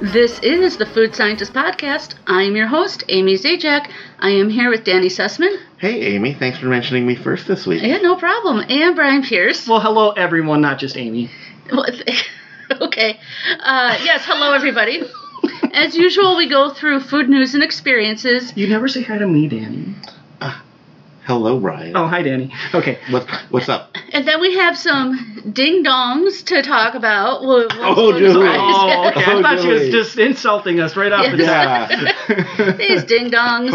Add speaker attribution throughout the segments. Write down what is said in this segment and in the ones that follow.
Speaker 1: This is the Food Scientist Podcast. I'm your host, Amy Zajac. I am here with Danny Sussman.
Speaker 2: Hey, Amy, thanks for mentioning me first this week.
Speaker 1: Yeah, no problem. And Brian Pierce.
Speaker 3: Well, hello everyone, not just Amy.
Speaker 1: Well, okay. Uh, yes, hello, everybody. As usual, we go through food news and experiences.
Speaker 3: You never say hi to me, Danny.
Speaker 2: Hello, Ryan.
Speaker 3: Oh, hi, Danny. Okay.
Speaker 2: What, what's up?
Speaker 1: And then we have some ding dongs to talk about. We'll, we'll
Speaker 2: Oh,
Speaker 1: go to
Speaker 2: do we?
Speaker 1: Brian's-
Speaker 3: Oh, okay. I
Speaker 2: Oh,
Speaker 3: thought she was
Speaker 2: Julie.
Speaker 3: just insulting us right off the bat.
Speaker 2: Yeah,
Speaker 1: These ding dongs.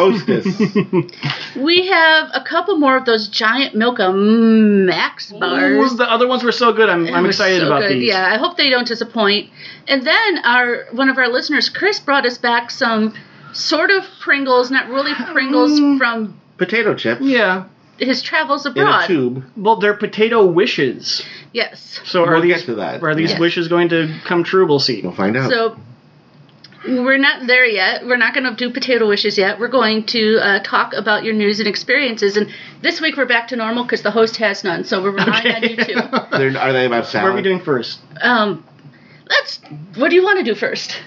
Speaker 2: hostess.
Speaker 1: We have a couple more of those giant Milka Max bars.
Speaker 3: Ooh, the other ones were so good. I'm, I'm
Speaker 1: They're
Speaker 3: excited
Speaker 1: so
Speaker 3: about
Speaker 1: good.
Speaker 3: these.
Speaker 1: Yeah, I hope they don't disappoint. And then our one of our listeners, Chris, brought us back some sort of Pringles, not really Pringles,
Speaker 3: Mm.
Speaker 1: from
Speaker 2: Potato chips
Speaker 3: Yeah.
Speaker 1: his travels
Speaker 2: in a
Speaker 1: abroad.
Speaker 2: tube.
Speaker 3: Well, they're potato wishes.
Speaker 1: Yes.
Speaker 3: So are
Speaker 2: We'll
Speaker 3: these
Speaker 2: get to that.
Speaker 3: are these
Speaker 1: Yes.
Speaker 3: wishes going to come true? We'll see.
Speaker 2: We'll find out.
Speaker 1: So we're not there yet. We're not going to do potato wishes yet. We're going to uh, talk about your news and experiences. And this week we're back to normal because the host has none. So we're relying on you two.
Speaker 2: They're- are they about
Speaker 3: What
Speaker 2: salad?
Speaker 3: are we doing first?
Speaker 1: Um, let's. What do you want to do first?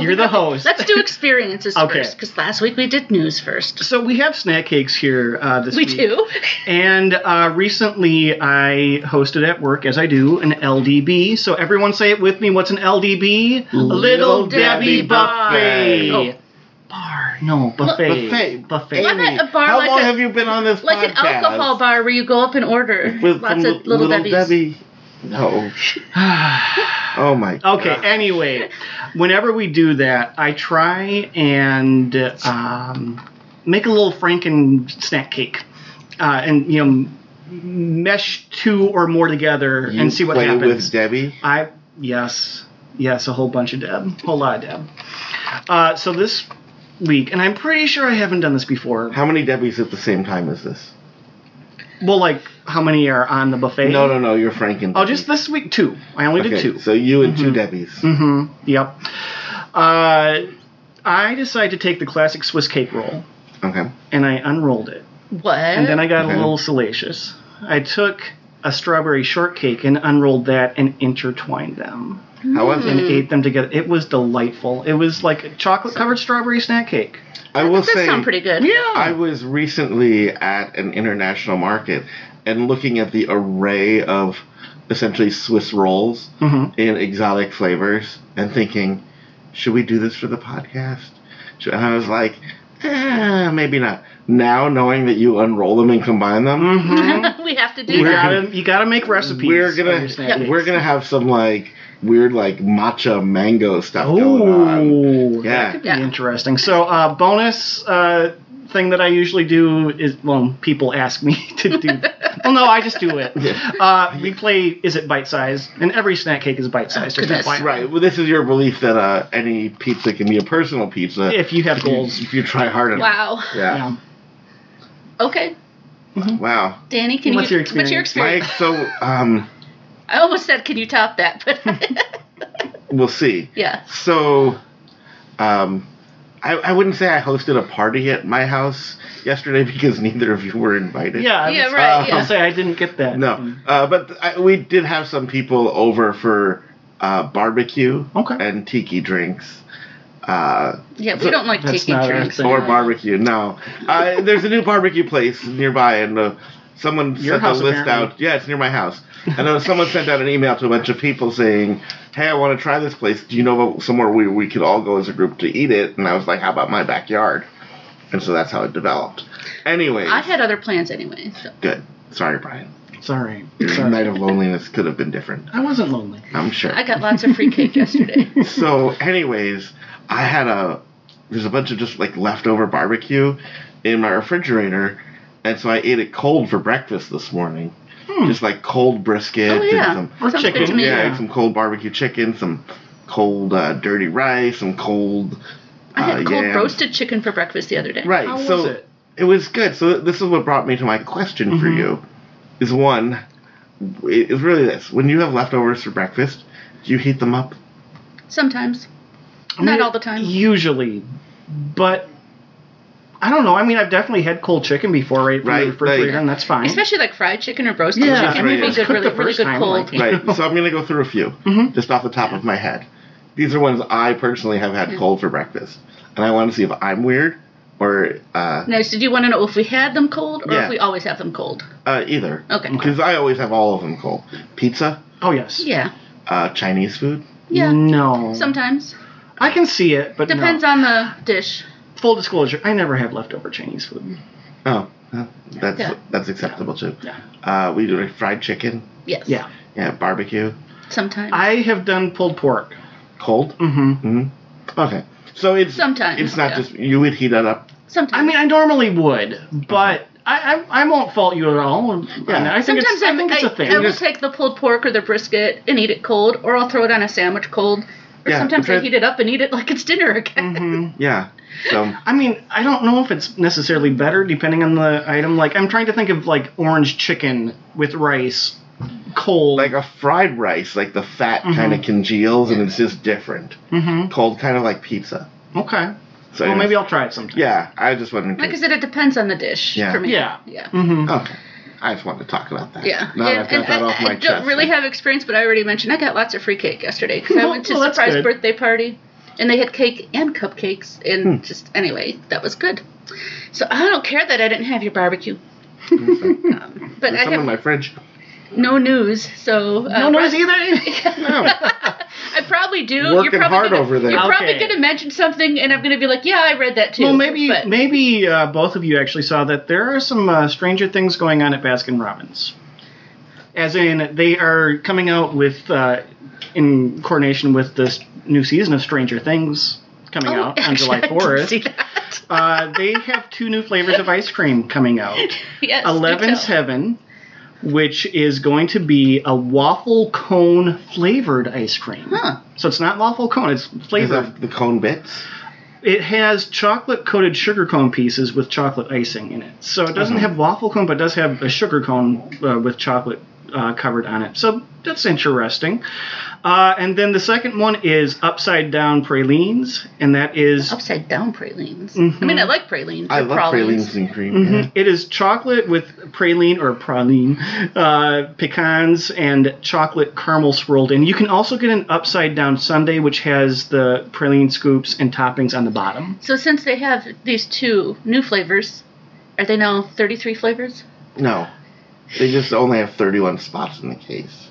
Speaker 3: You're the host.
Speaker 1: Oh, Let's do experiences
Speaker 3: Okay.
Speaker 1: first because last week we did news first.
Speaker 3: So we have snack cakes here uh, this
Speaker 1: We
Speaker 3: week.
Speaker 1: do.
Speaker 3: And uh, recently, I hosted at work, as I do, an LDB. So everyone say it with me. What's an LDB?
Speaker 2: Little
Speaker 1: Debbie
Speaker 2: Buffet.
Speaker 1: Oh.
Speaker 3: Bar. No, buffet.
Speaker 2: Buffet.
Speaker 3: Buffet.
Speaker 1: Why
Speaker 2: Amy,
Speaker 1: not a bar
Speaker 2: how
Speaker 1: like
Speaker 2: long
Speaker 1: a-
Speaker 2: have you been on this
Speaker 1: Like an
Speaker 2: podcast?
Speaker 1: alcohol bar where you go up and order
Speaker 2: With
Speaker 1: lots
Speaker 2: some
Speaker 1: of little, Debbie's.
Speaker 2: Debbie. No. Oh, my
Speaker 3: okay,
Speaker 2: God.
Speaker 3: anyway, whenever we do that, I try and um, make a little Franken snack cake uh, and, you know, mesh two or more together
Speaker 2: You
Speaker 3: and see what
Speaker 2: play
Speaker 3: happens.
Speaker 2: with Debbie?
Speaker 3: I yes, yes, a whole bunch of Deb, whole lot of Deb. Uh, so this week, and I'm pretty sure I haven't done this before.
Speaker 2: How many Debbies at the same time is this?
Speaker 3: Well, like how many are on the buffet?
Speaker 2: No, no, no. You're Frank and
Speaker 3: Oh, just this week two. I only
Speaker 2: Okay,
Speaker 3: did two.
Speaker 2: So you and two Debbies.
Speaker 3: hmm Yep. Uh, I decided to take the classic Swiss cake roll,
Speaker 2: Okay.
Speaker 3: and I unrolled it,
Speaker 1: What?
Speaker 3: and then I got
Speaker 2: Okay.
Speaker 3: a little salacious. I took a strawberry shortcake and unrolled that and intertwined them.
Speaker 1: Mm.
Speaker 2: How was
Speaker 3: and
Speaker 2: it?
Speaker 3: ate them together. It was delightful. It was like a chocolate covered strawberry snack cake.
Speaker 2: I will
Speaker 1: That
Speaker 2: say.
Speaker 1: does sound pretty good.
Speaker 2: I was recently at an international market and looking at the array of essentially Swiss rolls
Speaker 3: Mhm.
Speaker 2: in exotic flavors and thinking, should we do this for the podcast? Should, and I was like, eh, maybe not. Now, knowing that you unroll them and combine them,
Speaker 1: we have to do
Speaker 3: You
Speaker 1: that.
Speaker 3: gotta, you gotta make recipes.
Speaker 2: we're
Speaker 3: for your snack
Speaker 2: gonna
Speaker 3: cakes.
Speaker 2: we're gonna have some like weird like matcha mango stuff going on.
Speaker 3: Oh,
Speaker 2: Yeah.
Speaker 3: that could be
Speaker 1: Yeah.
Speaker 3: interesting. So, uh, bonus uh, thing that I usually do is well, people ask me to do. well, no, I just do it. Uh, we play. Is it bite sized? And every snack cake is bite sized.
Speaker 1: goodness.
Speaker 2: Right. Well, this is your belief that uh, any pizza can be a personal pizza
Speaker 3: If you have goals.
Speaker 2: if you try hard enough.
Speaker 1: Wow.
Speaker 2: Yeah.
Speaker 1: Okay,
Speaker 2: Wow.
Speaker 1: Danny, can
Speaker 3: What's
Speaker 1: you?
Speaker 3: your
Speaker 1: What's your
Speaker 3: experience?
Speaker 1: experience?
Speaker 2: Mike, so um,
Speaker 1: I almost said, can you top that? But
Speaker 2: we'll see.
Speaker 1: yeah.
Speaker 2: So, um, I, I wouldn't say I hosted a party at my house yesterday because neither of you were invited.
Speaker 3: Yeah. Mm-hmm. I uh,
Speaker 1: Yeah,
Speaker 3: was-
Speaker 1: right,
Speaker 3: I'll
Speaker 1: yeah.
Speaker 3: say I didn't get that.
Speaker 2: No, uh, but I, we did have some people over for uh, barbecue
Speaker 3: Okay.
Speaker 2: and tiki drinks. Uh,
Speaker 1: Yeah, we
Speaker 2: So-
Speaker 1: don't like
Speaker 3: That's
Speaker 1: taking
Speaker 3: not our
Speaker 1: drinks.
Speaker 3: thing.
Speaker 2: or barbecue. No, uh, there's a new barbecue place nearby, and uh, someone
Speaker 3: Your
Speaker 2: sent
Speaker 3: house,
Speaker 2: a list
Speaker 3: apparently.
Speaker 2: out. Yeah, it's near my house, and then someone sent out an email to a bunch of people saying, "Hey, I want to try this place. Do you know of somewhere we we could all go as a group to eat it?" And I was like, "How about my backyard?" And so that's how it developed. Anyway,
Speaker 1: I had other plans anyway. So.
Speaker 2: good. Sorry, Brian.
Speaker 3: Sorry.
Speaker 2: Your
Speaker 3: Sorry.
Speaker 2: night of loneliness could have been different.
Speaker 3: I wasn't lonely.
Speaker 2: I'm sure.
Speaker 1: I got lots of free cake yesterday.
Speaker 2: so anyways i had a there's a bunch of just like leftover barbecue in my refrigerator and so i ate it cold for breakfast this morning just like cold brisket
Speaker 1: Hmm. Oh yeah,
Speaker 2: and some
Speaker 3: Or
Speaker 1: sounds good to
Speaker 3: chicken,
Speaker 1: me.
Speaker 2: yeah, I
Speaker 3: yeah.
Speaker 2: ate some cold barbecue chicken some cold uh, dirty rice some cold
Speaker 1: I had
Speaker 2: uh,
Speaker 1: cold
Speaker 2: yams.
Speaker 1: roasted chicken for breakfast the other day.
Speaker 2: right
Speaker 3: How
Speaker 2: so
Speaker 3: was it?
Speaker 2: it was good so this is what brought me to my question
Speaker 1: Mm-hmm.
Speaker 2: for you is one it's really this when you have leftovers for breakfast do you heat them up
Speaker 1: Sometimes.
Speaker 3: I mean,
Speaker 1: Not all the time.
Speaker 3: Usually, but I don't know. I mean, I've definitely had cold chicken before, right? From
Speaker 2: Right,
Speaker 3: the refrigerator,
Speaker 2: like-
Speaker 3: and that's fine.
Speaker 1: Especially like fried chicken or roasted
Speaker 3: Mm-hmm. Yeah,
Speaker 1: chicken
Speaker 2: right.
Speaker 1: would be
Speaker 2: It's
Speaker 1: good,
Speaker 3: cooked
Speaker 1: really,
Speaker 3: the
Speaker 1: really
Speaker 3: first
Speaker 1: good
Speaker 3: time,
Speaker 1: cold.
Speaker 3: like-
Speaker 1: Mm-hmm.
Speaker 2: Right. So I'm going to go through a few just off the top of my head. These are ones I personally have had
Speaker 1: Mm-hmm.
Speaker 2: cold for breakfast, and I want to see if I'm weird or uh,
Speaker 1: Now, so do you want to know if we had them cold or
Speaker 2: Yeah.
Speaker 1: if we always have them cold?
Speaker 2: uh, either.
Speaker 1: Okay.
Speaker 2: Because I always have all of them cold. Pizza,
Speaker 3: Oh yes.
Speaker 1: Yeah.
Speaker 2: uh, Chinese food.
Speaker 1: Yeah.
Speaker 3: No.
Speaker 1: Sometimes.
Speaker 3: I can see it, but
Speaker 1: Depends
Speaker 3: Mm. no.
Speaker 1: on the dish.
Speaker 3: Full disclosure, I never have leftover Chinese food.
Speaker 2: Oh, uh, that's
Speaker 1: Yeah.
Speaker 2: that's acceptable too.
Speaker 3: Yeah.
Speaker 2: Uh, we do like fried chicken.
Speaker 1: Yes.
Speaker 3: Yeah.
Speaker 2: Yeah, barbecue.
Speaker 1: Sometimes.
Speaker 3: I have done pulled pork.
Speaker 2: Cold.
Speaker 3: hmm
Speaker 2: hmm Okay. So it's
Speaker 1: Mm. Sometimes,
Speaker 2: it's not
Speaker 1: yeah.
Speaker 2: just you would heat that up.
Speaker 1: Sometimes.
Speaker 3: I mean, I normally would, but I, I, I won't fault you at all.
Speaker 2: Yeah.
Speaker 3: I think
Speaker 1: Sometimes
Speaker 3: it's, I think it's a thing.
Speaker 1: I will take the pulled pork or the brisket and eat it cold, or I'll throw it on a sandwich cold. Or
Speaker 2: Yeah,
Speaker 1: sometimes I
Speaker 2: because-
Speaker 1: heat it up and eat it like it's dinner again.
Speaker 3: Mhm.
Speaker 2: Yeah. So
Speaker 3: I mean, I don't know if it's necessarily better depending on the item. Like, I'm trying to think of like orange chicken with rice, cold.
Speaker 2: like a fried rice, like the fat
Speaker 1: Mm-hmm.
Speaker 2: kind of congeals and it's just different.
Speaker 3: mm-hmm.
Speaker 2: Cold, kind of like pizza.
Speaker 3: Okay.
Speaker 2: So
Speaker 3: well,
Speaker 2: it's-
Speaker 3: maybe I'll try it sometime.
Speaker 2: Yeah, I just wanted to.
Speaker 1: Like I said, it depends on the dish
Speaker 2: Yeah.
Speaker 1: for me.
Speaker 3: Yeah.
Speaker 1: Yeah.
Speaker 3: Mm-hmm.
Speaker 2: okay. I just wanted to talk about that.
Speaker 1: Yeah,
Speaker 2: Now that
Speaker 1: and,
Speaker 2: I've got
Speaker 1: and
Speaker 2: that
Speaker 1: I,
Speaker 2: off
Speaker 1: I
Speaker 2: my
Speaker 1: don't
Speaker 2: chest.
Speaker 1: really have experience, but I already mentioned I got lots of free cake yesterday because I
Speaker 3: Well,
Speaker 1: went to
Speaker 3: well, that's
Speaker 1: surprise
Speaker 3: good.
Speaker 1: birthday party, and they had cake and cupcakes, and
Speaker 2: Hmm.
Speaker 1: just anyway, that was good. So I don't care that I didn't have your barbecue, um, but
Speaker 2: There's
Speaker 1: I
Speaker 2: some in
Speaker 1: have
Speaker 2: my fridge.
Speaker 1: no news. So uh,
Speaker 3: No noise
Speaker 1: Ro-
Speaker 3: either.
Speaker 2: No.
Speaker 1: I probably do.
Speaker 2: e- Working
Speaker 1: probably
Speaker 2: hard
Speaker 1: gonna,
Speaker 2: over there.
Speaker 1: You're probably
Speaker 3: Okay.
Speaker 1: going to mention something, and I'm going to be like, "Yeah, I read that too."
Speaker 3: well, maybe
Speaker 1: But-
Speaker 3: maybe uh, both of you actually saw that there are some uh, Stranger Things going on at Baskin Robbins. As in, they are coming out with, uh, in coordination with this new season of Stranger Things coming
Speaker 1: Oh,
Speaker 3: out on
Speaker 1: actually,
Speaker 3: July
Speaker 1: I did
Speaker 3: 4th.
Speaker 1: see that.
Speaker 3: uh, they have two new flavors of ice cream coming out.
Speaker 1: yes, do
Speaker 3: Eleven's
Speaker 1: tell.
Speaker 3: Heaven, which is going to be a waffle cone flavored ice cream.
Speaker 1: Huh.
Speaker 3: So it's not waffle cone; it's
Speaker 2: Is
Speaker 3: flavored.
Speaker 2: that the cone bits?
Speaker 3: It has chocolate coated sugar cone pieces with chocolate icing in it. So it doesn't
Speaker 2: Uh-huh.
Speaker 3: have waffle cone, but it does have a sugar cone uh, with chocolate uh, covered on it. So that's interesting. Uh, and then the second one is upside down pralines, and that is
Speaker 1: upside down pralines. I
Speaker 3: Mhm.
Speaker 1: mean, I like pralines.
Speaker 2: Mm-hmm. I
Speaker 1: or
Speaker 2: love
Speaker 1: pralines.
Speaker 2: pralines and cream.
Speaker 3: Mhm.
Speaker 2: yeah.
Speaker 3: It is chocolate with praline or praline, uh, pecans, and chocolate caramel swirled in. You can also get an upside down sundae, which has the praline scoops and toppings on the bottom.
Speaker 1: So since they have these two new flavors, are they now 33 flavors?
Speaker 2: No. They just only have 31 spots in the case.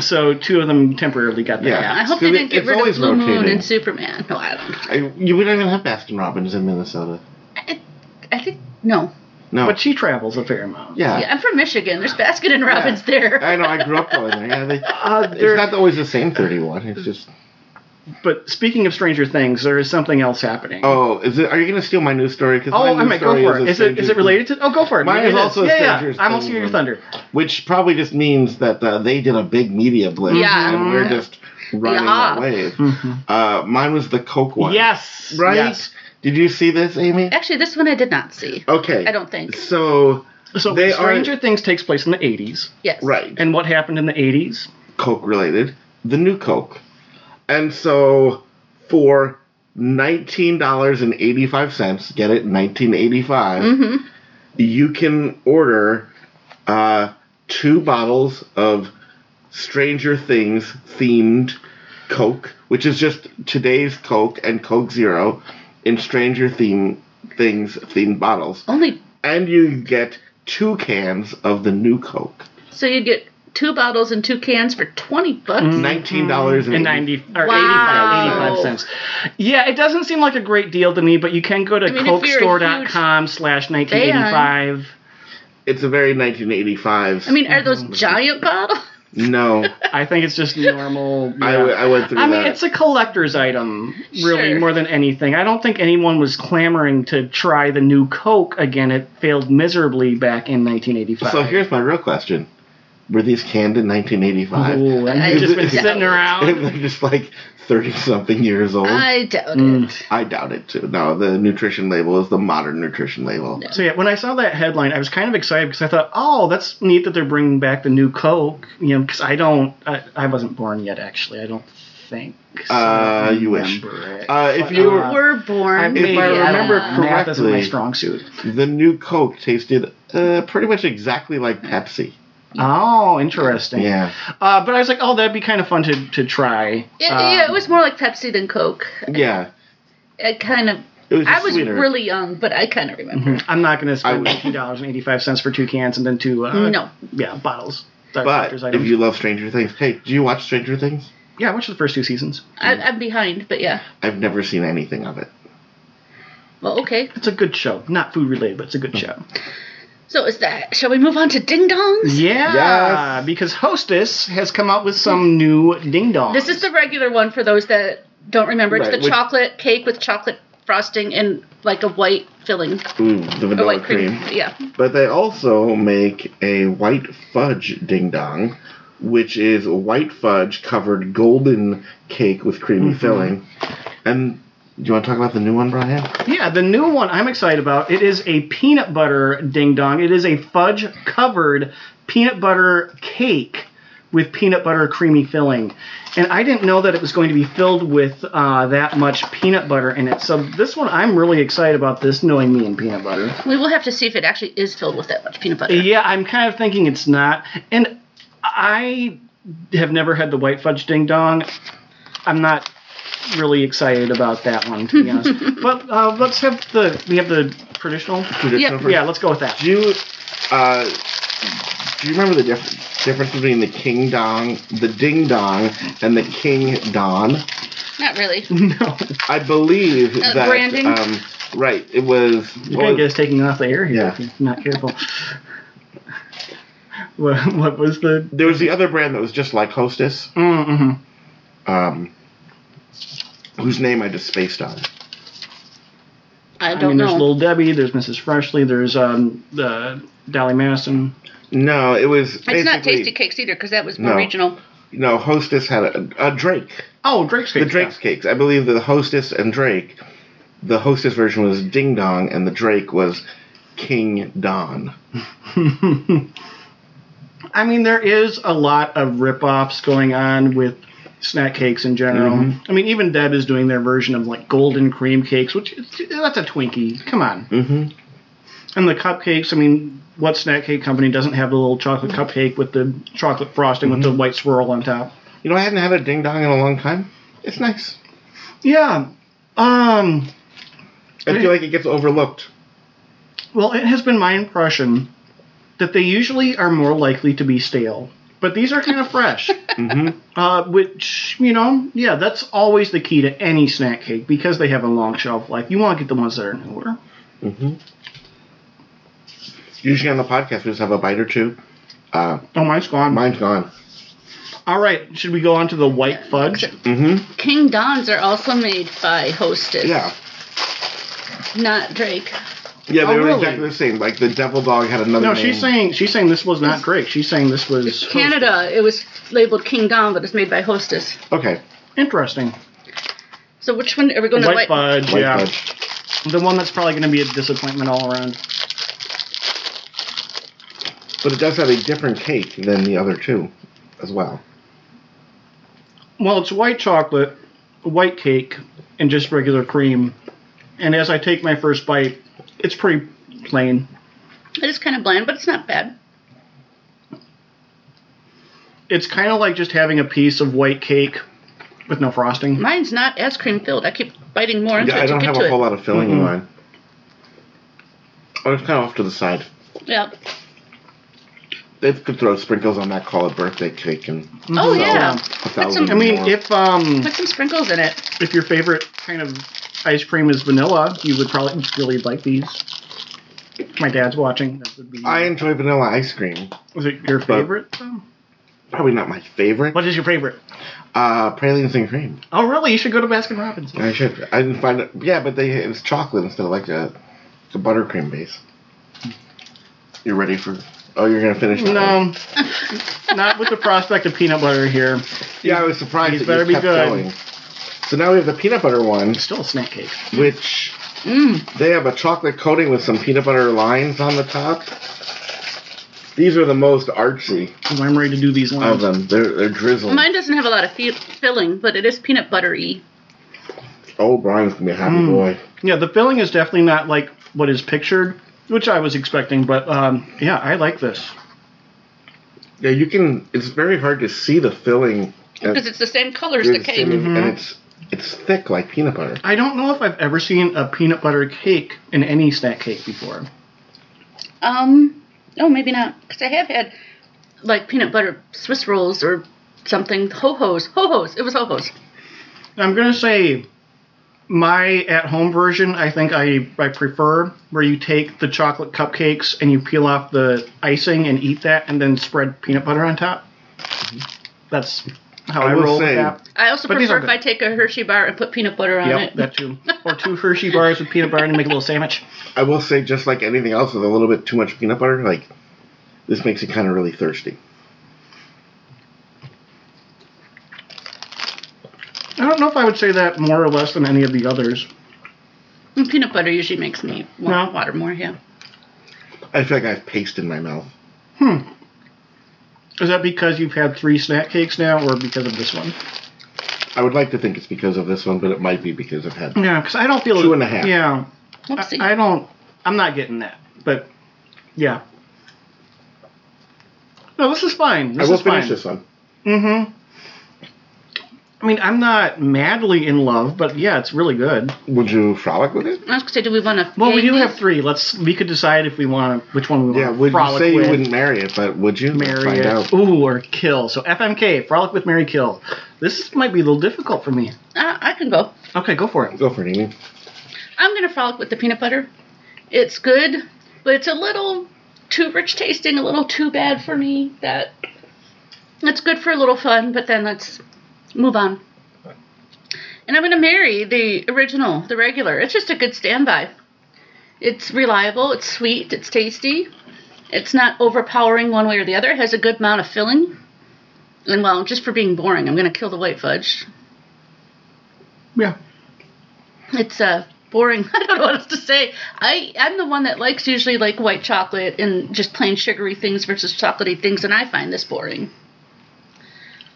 Speaker 3: So two of them temporarily got that.
Speaker 2: Yeah.
Speaker 1: I hope
Speaker 2: So
Speaker 1: they
Speaker 2: it-
Speaker 1: didn't get
Speaker 2: it's
Speaker 1: rid of
Speaker 2: always
Speaker 1: Blue Moon
Speaker 2: rotating.
Speaker 1: and Superman. No, I don't.
Speaker 2: I, you, we don't even have Baskin Robbins in Minnesota.
Speaker 1: I, I think no.
Speaker 2: No.
Speaker 3: But she travels a fair amount.
Speaker 2: yeah.
Speaker 1: Yeah, I'm from Michigan. There's Basket and Robbins there.
Speaker 2: I know. I grew up going there. Yeah, they,
Speaker 3: Uh,
Speaker 2: it's
Speaker 3: there,
Speaker 2: not always the same 31. It's just.
Speaker 3: but speaking of Stranger Things, there is something else happening.
Speaker 2: Oh, is it? Are you gonna steal my news story? Because
Speaker 3: Oh, I might go for it. Is it is it related to? Oh, go for it.
Speaker 2: Mine
Speaker 3: Maybe
Speaker 2: is
Speaker 3: it
Speaker 2: also a
Speaker 3: yeah,
Speaker 2: Stranger
Speaker 3: yeah. I'm also
Speaker 2: Things
Speaker 3: your
Speaker 2: one.
Speaker 3: thunder.
Speaker 2: Which probably just means that uh, they did a big media blitz,
Speaker 1: Yeah.
Speaker 2: and we're just riding
Speaker 1: Yeah.
Speaker 2: that wave. Uh, mine was the Coke one.
Speaker 3: Yes.
Speaker 2: Right.
Speaker 3: Yes.
Speaker 2: Did you see this, Amy?
Speaker 1: Actually, this one I did not see.
Speaker 2: Okay.
Speaker 1: Eh, I don't think.
Speaker 2: So
Speaker 3: So
Speaker 2: They are-
Speaker 3: Stranger Things takes place in the 80s.
Speaker 1: Yes.
Speaker 2: right,
Speaker 3: And what happened in the 80s?
Speaker 2: Coke related, the new Coke, and so for. Nineteen dollars and eighty-five cents. Get it, nineteen eighty-five.
Speaker 1: Mm-hmm.
Speaker 2: you can order uh, two bottles of Stranger Things themed Coke, which is just today's Coke and Coke Zero in Stranger theme Things themed bottles,
Speaker 1: Only
Speaker 2: and you get two cans of the new Coke.
Speaker 1: so you get two bottles and two cans for 20 bucks.
Speaker 2: Nineteen dollars
Speaker 3: And 90 or
Speaker 1: Wow.
Speaker 3: 85, 85 cents. Yeah, it doesn't seem like a great deal to me, but you can go to
Speaker 1: I mean, if you're a
Speaker 3: cokestore.com slash 1985.
Speaker 2: It's a very nineteen eighty-five.
Speaker 1: I mean, are those
Speaker 2: Mm.
Speaker 1: giant bottles?
Speaker 2: no,
Speaker 3: I think it's just normal.
Speaker 2: I,
Speaker 3: yeah.
Speaker 2: w- I went through
Speaker 3: I mean,
Speaker 2: that.
Speaker 3: it's a collector's item, really,
Speaker 1: Sure.
Speaker 3: more than anything. I don't think anyone was clamoring to try the new Coke again. It failed miserably back in 1985.
Speaker 2: so here's my real question: Were these canned in nineteen eighty-five?
Speaker 3: Ooh, and
Speaker 1: I-
Speaker 3: you've just been
Speaker 1: Yeah.
Speaker 3: sitting
Speaker 2: If
Speaker 3: around.
Speaker 2: they're just like thirty something years old.
Speaker 1: I doubt
Speaker 3: Mm.
Speaker 1: it.
Speaker 2: I doubt it too. No, the nutrition label is the modern nutrition label.
Speaker 1: Yeah.
Speaker 3: So yeah, when I saw that headline, I was kind of excited because I thought, oh, that's neat that they're bringing back the new Coke. You know, because I don't, I, I wasn't born yet. Actually, I don't think. So
Speaker 2: Uh,
Speaker 3: I
Speaker 2: you wish.
Speaker 3: remember it.
Speaker 2: Uh, if
Speaker 3: But,
Speaker 1: You
Speaker 2: you
Speaker 3: uh,
Speaker 1: were born.
Speaker 3: I
Speaker 2: if I
Speaker 3: maybe, I
Speaker 2: remember
Speaker 3: don't know. math isn't my
Speaker 2: correctly-
Speaker 3: strong suit.
Speaker 2: The new Coke tasted uh, pretty much exactly like Pepsi.
Speaker 3: Oh, interesting.
Speaker 2: Yeah.
Speaker 3: Uh, but I was like, oh, that'd be kind of fun to, to try.
Speaker 1: It,
Speaker 3: Um,
Speaker 1: yeah, it was more like Pepsi than Coke.
Speaker 2: Yeah.
Speaker 1: It kind of.
Speaker 2: It was just
Speaker 1: I was
Speaker 2: sweeter.
Speaker 1: really young, but I kind of remember.
Speaker 3: mhm. I'm not going to spend
Speaker 2: I would-
Speaker 3: two dollars and eighty five cents for two cans and then two. Uh,
Speaker 1: Oh, Mm, No.
Speaker 3: Yeah, bottles. Sorry,
Speaker 2: but
Speaker 3: collector's
Speaker 2: if
Speaker 3: items.
Speaker 2: you love Stranger Things, hey, do you watch Stranger Things?
Speaker 3: yeah, I watched the first two seasons.
Speaker 1: I, I'm behind, but yeah.
Speaker 2: I've never seen anything of it.
Speaker 1: Well, okay.
Speaker 3: It's a good show. Not food related, but it's a
Speaker 2: Hmm.
Speaker 3: good show.
Speaker 1: So is that? Shall we move on to Ding Dongs?
Speaker 3: Yeah, because Hostess has come out with some new ding dong.
Speaker 1: This is the regular one for those that don't remember. It's
Speaker 2: Right,
Speaker 1: the
Speaker 2: which-
Speaker 1: chocolate cake with chocolate frosting and like a white filling,
Speaker 2: Ooh, the
Speaker 1: a
Speaker 2: vanilla
Speaker 1: white
Speaker 2: cream.
Speaker 1: Oh, cream. Yeah.
Speaker 2: But they also make a white fudge ding dong, which is white fudge covered golden cake with creamy
Speaker 3: Mm-hmm.
Speaker 2: filling. And do you want to talk about the new one, Brian?
Speaker 3: yeah the new one. I'm excited about. It is a peanut butter ding dong. It is a fudge covered peanut butter cake with peanut butter creamy filling, and I didn't know that it was going to be filled with uh, that much peanut butter in it. So this one, I'm really excited about this, knowing me and peanut butter.
Speaker 1: We will have to see if it actually is filled with that much peanut butter.
Speaker 3: Yeah, I'm kind of thinking it's not. And I have never had the white fudge ding dong. I'm not really excited about that one, to be honest. but uh, let's have the we have the traditional.
Speaker 2: Traditional
Speaker 3: Yeah, let's go with that.
Speaker 2: Do you, uh, do you remember the diff- difference between the king dong, the ding dong, and the king don?
Speaker 1: Not really.
Speaker 3: No,
Speaker 2: I believe
Speaker 1: Uh,
Speaker 2: that.
Speaker 1: branding?
Speaker 2: Um, right. It was.
Speaker 3: you're gonna
Speaker 2: what
Speaker 3: get
Speaker 2: was-
Speaker 3: us taken off the air here
Speaker 2: Yeah.
Speaker 3: if you're not careful. What, what was the?
Speaker 2: there was the other brand that was just like Hostess,
Speaker 3: Mm-hmm.
Speaker 2: um, whose name I just spaced on.
Speaker 1: I
Speaker 3: I,
Speaker 1: don't
Speaker 3: mean,
Speaker 1: know.
Speaker 3: there's Little Debbie, there's Mrs. Freshly, there's um the Dolly Madison.
Speaker 2: No, it was.
Speaker 1: it's not
Speaker 2: basically-
Speaker 1: tasty cakes either because that was more
Speaker 2: No.
Speaker 1: regional.
Speaker 2: No, Hostess had a, a Drake.
Speaker 3: Oh, Drake's
Speaker 2: The Drake's cakes. I believe that the Hostess and Drake. The Hostess version was Ding Dong, and the Drake was King Don.
Speaker 3: I mean, there is a lot of rip-offs going on with snack cakes in general.
Speaker 2: Mhm.
Speaker 3: I mean, even Deb is doing their version of like golden cream cakes, which that's a Twinkie. Come on.
Speaker 2: Mm-hmm.
Speaker 3: And the cupcakes. I mean, what snack cake company doesn't have the little chocolate cupcake with the chocolate frosting with the white swirl on top?
Speaker 2: You know, I hadn't had a Ding Dong in a long time. It's nice.
Speaker 3: Yeah. Um.
Speaker 2: I feel like it gets overlooked.
Speaker 3: Well, it has been my impression that they usually are more likely to be stale, but these are kind of fresh.
Speaker 2: Mm-hmm.
Speaker 3: Uh, which you know, yeah, that's always the key to any snack cake because they have a long shelf life. You want to get the ones that are newer.
Speaker 2: mm-hmm. Usually on the podcast, we just have a bite or two. Uh,
Speaker 3: Oh, mine's gone.
Speaker 2: mine's gone.
Speaker 3: All right, should we go on to the white fudge?
Speaker 2: Mm-hmm.
Speaker 1: King Dons are also made by Hostess.
Speaker 2: Yeah.
Speaker 1: Not Drake.
Speaker 2: Yeah, they
Speaker 3: Oh,
Speaker 2: were
Speaker 3: really?
Speaker 2: exactly the same. Like the Devil Dog had another.
Speaker 3: No,
Speaker 2: name.
Speaker 3: she's saying she's saying this was not great. She's saying this was
Speaker 1: Canada, it was labeled King Don, but it's made by Hostess.
Speaker 2: Okay.
Speaker 3: Interesting.
Speaker 1: So which one are we going to
Speaker 3: White,
Speaker 1: white?
Speaker 3: fudge,
Speaker 2: White
Speaker 3: yeah,
Speaker 2: fudge.
Speaker 3: the one that's probably going to be a disappointment all around.
Speaker 2: But it does have a different cake than the other two as well.
Speaker 3: Well, it's white chocolate, white cake, and just regular cream. And as I take my first bite, it's pretty plain.
Speaker 1: It is kind of bland, but it's not bad.
Speaker 3: It's kind of like just having a piece of white cake with no frosting.
Speaker 1: Mine's not as cream filled. I keep biting more into
Speaker 2: Yeah,
Speaker 1: it
Speaker 2: I
Speaker 1: to
Speaker 2: don't
Speaker 1: get
Speaker 2: have
Speaker 1: to
Speaker 2: a
Speaker 1: it.
Speaker 2: whole lot of filling in
Speaker 3: Mhm.
Speaker 2: mine. Oh, it's kind of off to the side.
Speaker 1: Yeah.
Speaker 2: They could throw sprinkles on that, call it birthday cake, and
Speaker 1: Oh
Speaker 2: sell
Speaker 1: yeah.
Speaker 2: a thousand
Speaker 1: some-
Speaker 3: I mean,
Speaker 2: more.
Speaker 3: if um,
Speaker 1: Put some sprinkles in it.
Speaker 3: if your favorite kind of ice cream is vanilla, you would probably really like these. My dad's watching. That would be.
Speaker 2: I enjoy vanilla ice cream,
Speaker 3: was it your favorite? though?
Speaker 2: probably not my favorite.
Speaker 3: What is your favorite?
Speaker 2: Uh, pralines and cream.
Speaker 3: Oh, really? You should go to Baskin Robbins.
Speaker 2: I should. I didn't find it. Yeah, but they it was chocolate instead of like a, a buttercream base. You ready for? Oh, you're gonna finish. that one.
Speaker 3: No, not with the prospect of peanut butter here.
Speaker 2: Yeah, I was surprised.
Speaker 3: These
Speaker 2: that
Speaker 3: better
Speaker 2: you
Speaker 3: be
Speaker 2: kept
Speaker 3: good.
Speaker 2: Going. So now we have the peanut butter one,
Speaker 3: It's still a snack cake.
Speaker 2: which
Speaker 1: Mm.
Speaker 2: They have a chocolate coating with some peanut butter lines on the top. These are the most artsy
Speaker 3: I'm ready to do these
Speaker 2: of
Speaker 3: lines.
Speaker 2: them. They're, they're drizzling.
Speaker 1: Mine doesn't have a lot of fi- filling, but it is peanut buttery.
Speaker 2: oh, Brian's gonna be a happy
Speaker 3: Mm.
Speaker 2: boy.
Speaker 3: Yeah, the filling is definitely not like what is pictured, which I was expecting. But um, yeah, I like this.
Speaker 2: Yeah, you can. It's very hard to see the filling.
Speaker 1: because it's the same color as the cake.
Speaker 3: Mm-hmm.
Speaker 2: and it's it's thick like peanut butter.
Speaker 3: I don't know if I've ever seen a peanut butter cake in any snack cake before.
Speaker 1: Um, no, maybe not, because I have had like peanut butter Swiss rolls or something. Ho hos, ho hos. It was ho hos.
Speaker 3: I'm gonna say my at-home version. I think I I prefer where you take the chocolate cupcakes and you peel off the icing and eat that, and then spread peanut butter on top. That's
Speaker 2: Mm-hmm.
Speaker 3: how
Speaker 2: I
Speaker 3: I,
Speaker 2: will
Speaker 3: roll
Speaker 2: say-
Speaker 3: with that.
Speaker 1: I also
Speaker 3: But these
Speaker 1: prefer
Speaker 3: are
Speaker 1: if
Speaker 3: good.
Speaker 1: I take a Hershey bar and put peanut butter on
Speaker 3: Yep,
Speaker 1: it.
Speaker 3: that too. Or two Hershey bars with peanut butter and make a little sandwich.
Speaker 2: I will say, just like anything else, with a little bit too much peanut butter, like this makes it kind of really thirsty.
Speaker 3: I don't know if I would say that more or less than any of the others.
Speaker 1: And Mm, peanut butter usually makes me want
Speaker 3: No.
Speaker 1: water more. Yeah.
Speaker 2: I feel like I have paste in my mouth.
Speaker 3: Is that because you've had three snack cakes now, or because of this one?
Speaker 2: I would like to think it's because of this one, but it might be because I've had.
Speaker 3: Yeah, because I don't feel
Speaker 2: Two and a half.
Speaker 3: Yeah,
Speaker 1: Let's see.
Speaker 3: I, I don't. I'm not getting that. But yeah. No, this is fine. This
Speaker 2: I will
Speaker 3: is fine.
Speaker 2: finish this one.
Speaker 3: Mm-hmm. I mean, I'm not madly in love, but yeah, it's really good.
Speaker 2: Would you frolic with it?
Speaker 1: I was gonna say, do we want to?
Speaker 3: Well, we do have three. Let's we could decide if we want to, which one we
Speaker 2: Yeah,
Speaker 3: want.
Speaker 2: would you
Speaker 3: frolic
Speaker 2: say
Speaker 3: with,
Speaker 2: you wouldn't marry it, but would you? Let's
Speaker 3: marry
Speaker 2: find
Speaker 3: it,
Speaker 2: out.
Speaker 3: ooh, or kill? So FMK, frolic with, Mary kill. This might be a little difficult for me.
Speaker 1: Uh, I can go.
Speaker 3: Okay, go for it.
Speaker 2: Go for it, Amy.
Speaker 1: I'm gonna frolic with the peanut butter. It's good, but it's a little too rich tasting, a little too bad for me. That it's good for a little fun, but then let's move on. And I'm gonna marry the original, the regular. It's just a good standby. It's reliable, it's sweet, it's tasty, it's not overpowering one way or the other. It has a good amount of filling. And well, just for being boring, I'm gonna kill the white fudge.
Speaker 3: Yeah.
Speaker 1: it's uh boring i don't know what else to say i i'm the one that likes usually like white chocolate and just plain sugary things versus chocolatey things and i find this boring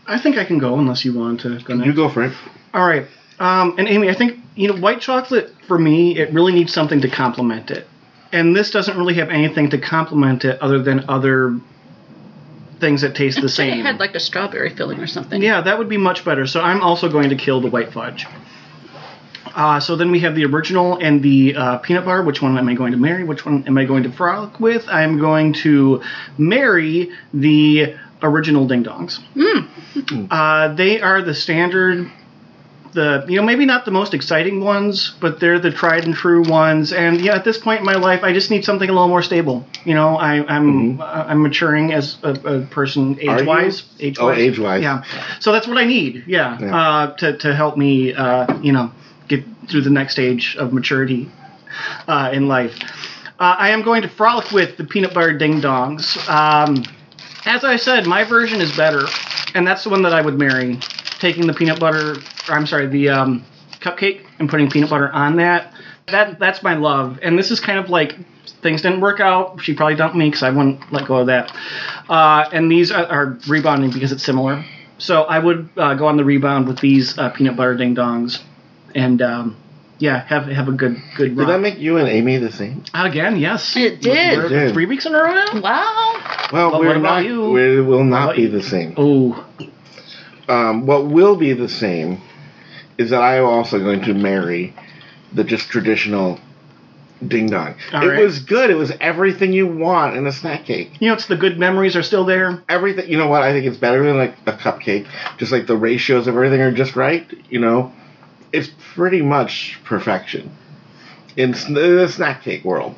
Speaker 3: I think I can go unless you want to go next.
Speaker 2: You go for it.
Speaker 3: All right. Um, and Amy, I think you know white chocolate for me. It really needs something to complement it, and this doesn't really have anything to complement it other than other things that taste the
Speaker 1: Say
Speaker 3: same.
Speaker 1: it had like a strawberry filling or something
Speaker 3: yeah, that would be much better. So I'm also going to kill the white fudge. Uh, so then we have the original and the uh, peanut bar. Which one am I going to marry? Which one am I going to frolic with? I'm going to marry the original ding dongs. Uh, they are the standard, the you know maybe not the most exciting ones, but they're the tried and true ones. And yeah, at this point in my life, I just need something a little more stable. You know, I, I'm uh, I'm maturing as a, a person
Speaker 2: you?
Speaker 3: age wise. Age
Speaker 2: Oh, age-wise.
Speaker 3: Yeah. So that's what I need. Yeah.
Speaker 2: Yeah.
Speaker 3: Uh, to to help me, uh, you know, get through the next stage of maturity uh, in life. Uh, I am going to frolic with the peanut butter ding dongs. Um, as I said, my version is better, and that's the one that I would marry. Taking the peanut butter, or I'm sorry, the um, cupcake, and putting peanut butter on that. That that's my love. And this is kind of like things didn't work out. She probably dumped me because I wouldn't let go of that. Uh, and these are, are rebounding because it's similar. So I would uh, go on the rebound with these uh, peanut butter ding dongs, and um, yeah, have have a good good
Speaker 2: Did
Speaker 3: run.
Speaker 2: that make you and Amy the same?
Speaker 3: Again, yes.
Speaker 1: It did.
Speaker 3: We're-
Speaker 2: It did.
Speaker 3: Three weeks in a row now?
Speaker 1: wow
Speaker 2: Well,
Speaker 3: But what
Speaker 2: we're
Speaker 3: about
Speaker 2: not.
Speaker 3: you?
Speaker 2: We will not
Speaker 3: about
Speaker 2: be
Speaker 3: you?
Speaker 2: the same.
Speaker 3: Oh,
Speaker 2: Um, what will be the same is that I am also going to marry the just traditional ding dong.
Speaker 3: All
Speaker 2: it
Speaker 3: right.
Speaker 2: was good. It was everything you want in a snack cake.
Speaker 3: you know, it's the good memories are still there.
Speaker 2: Everything. You know what? I think it's better than like a cupcake. Just like the ratios of everything are just right. You know, it's pretty much perfection in s- the snack cake world.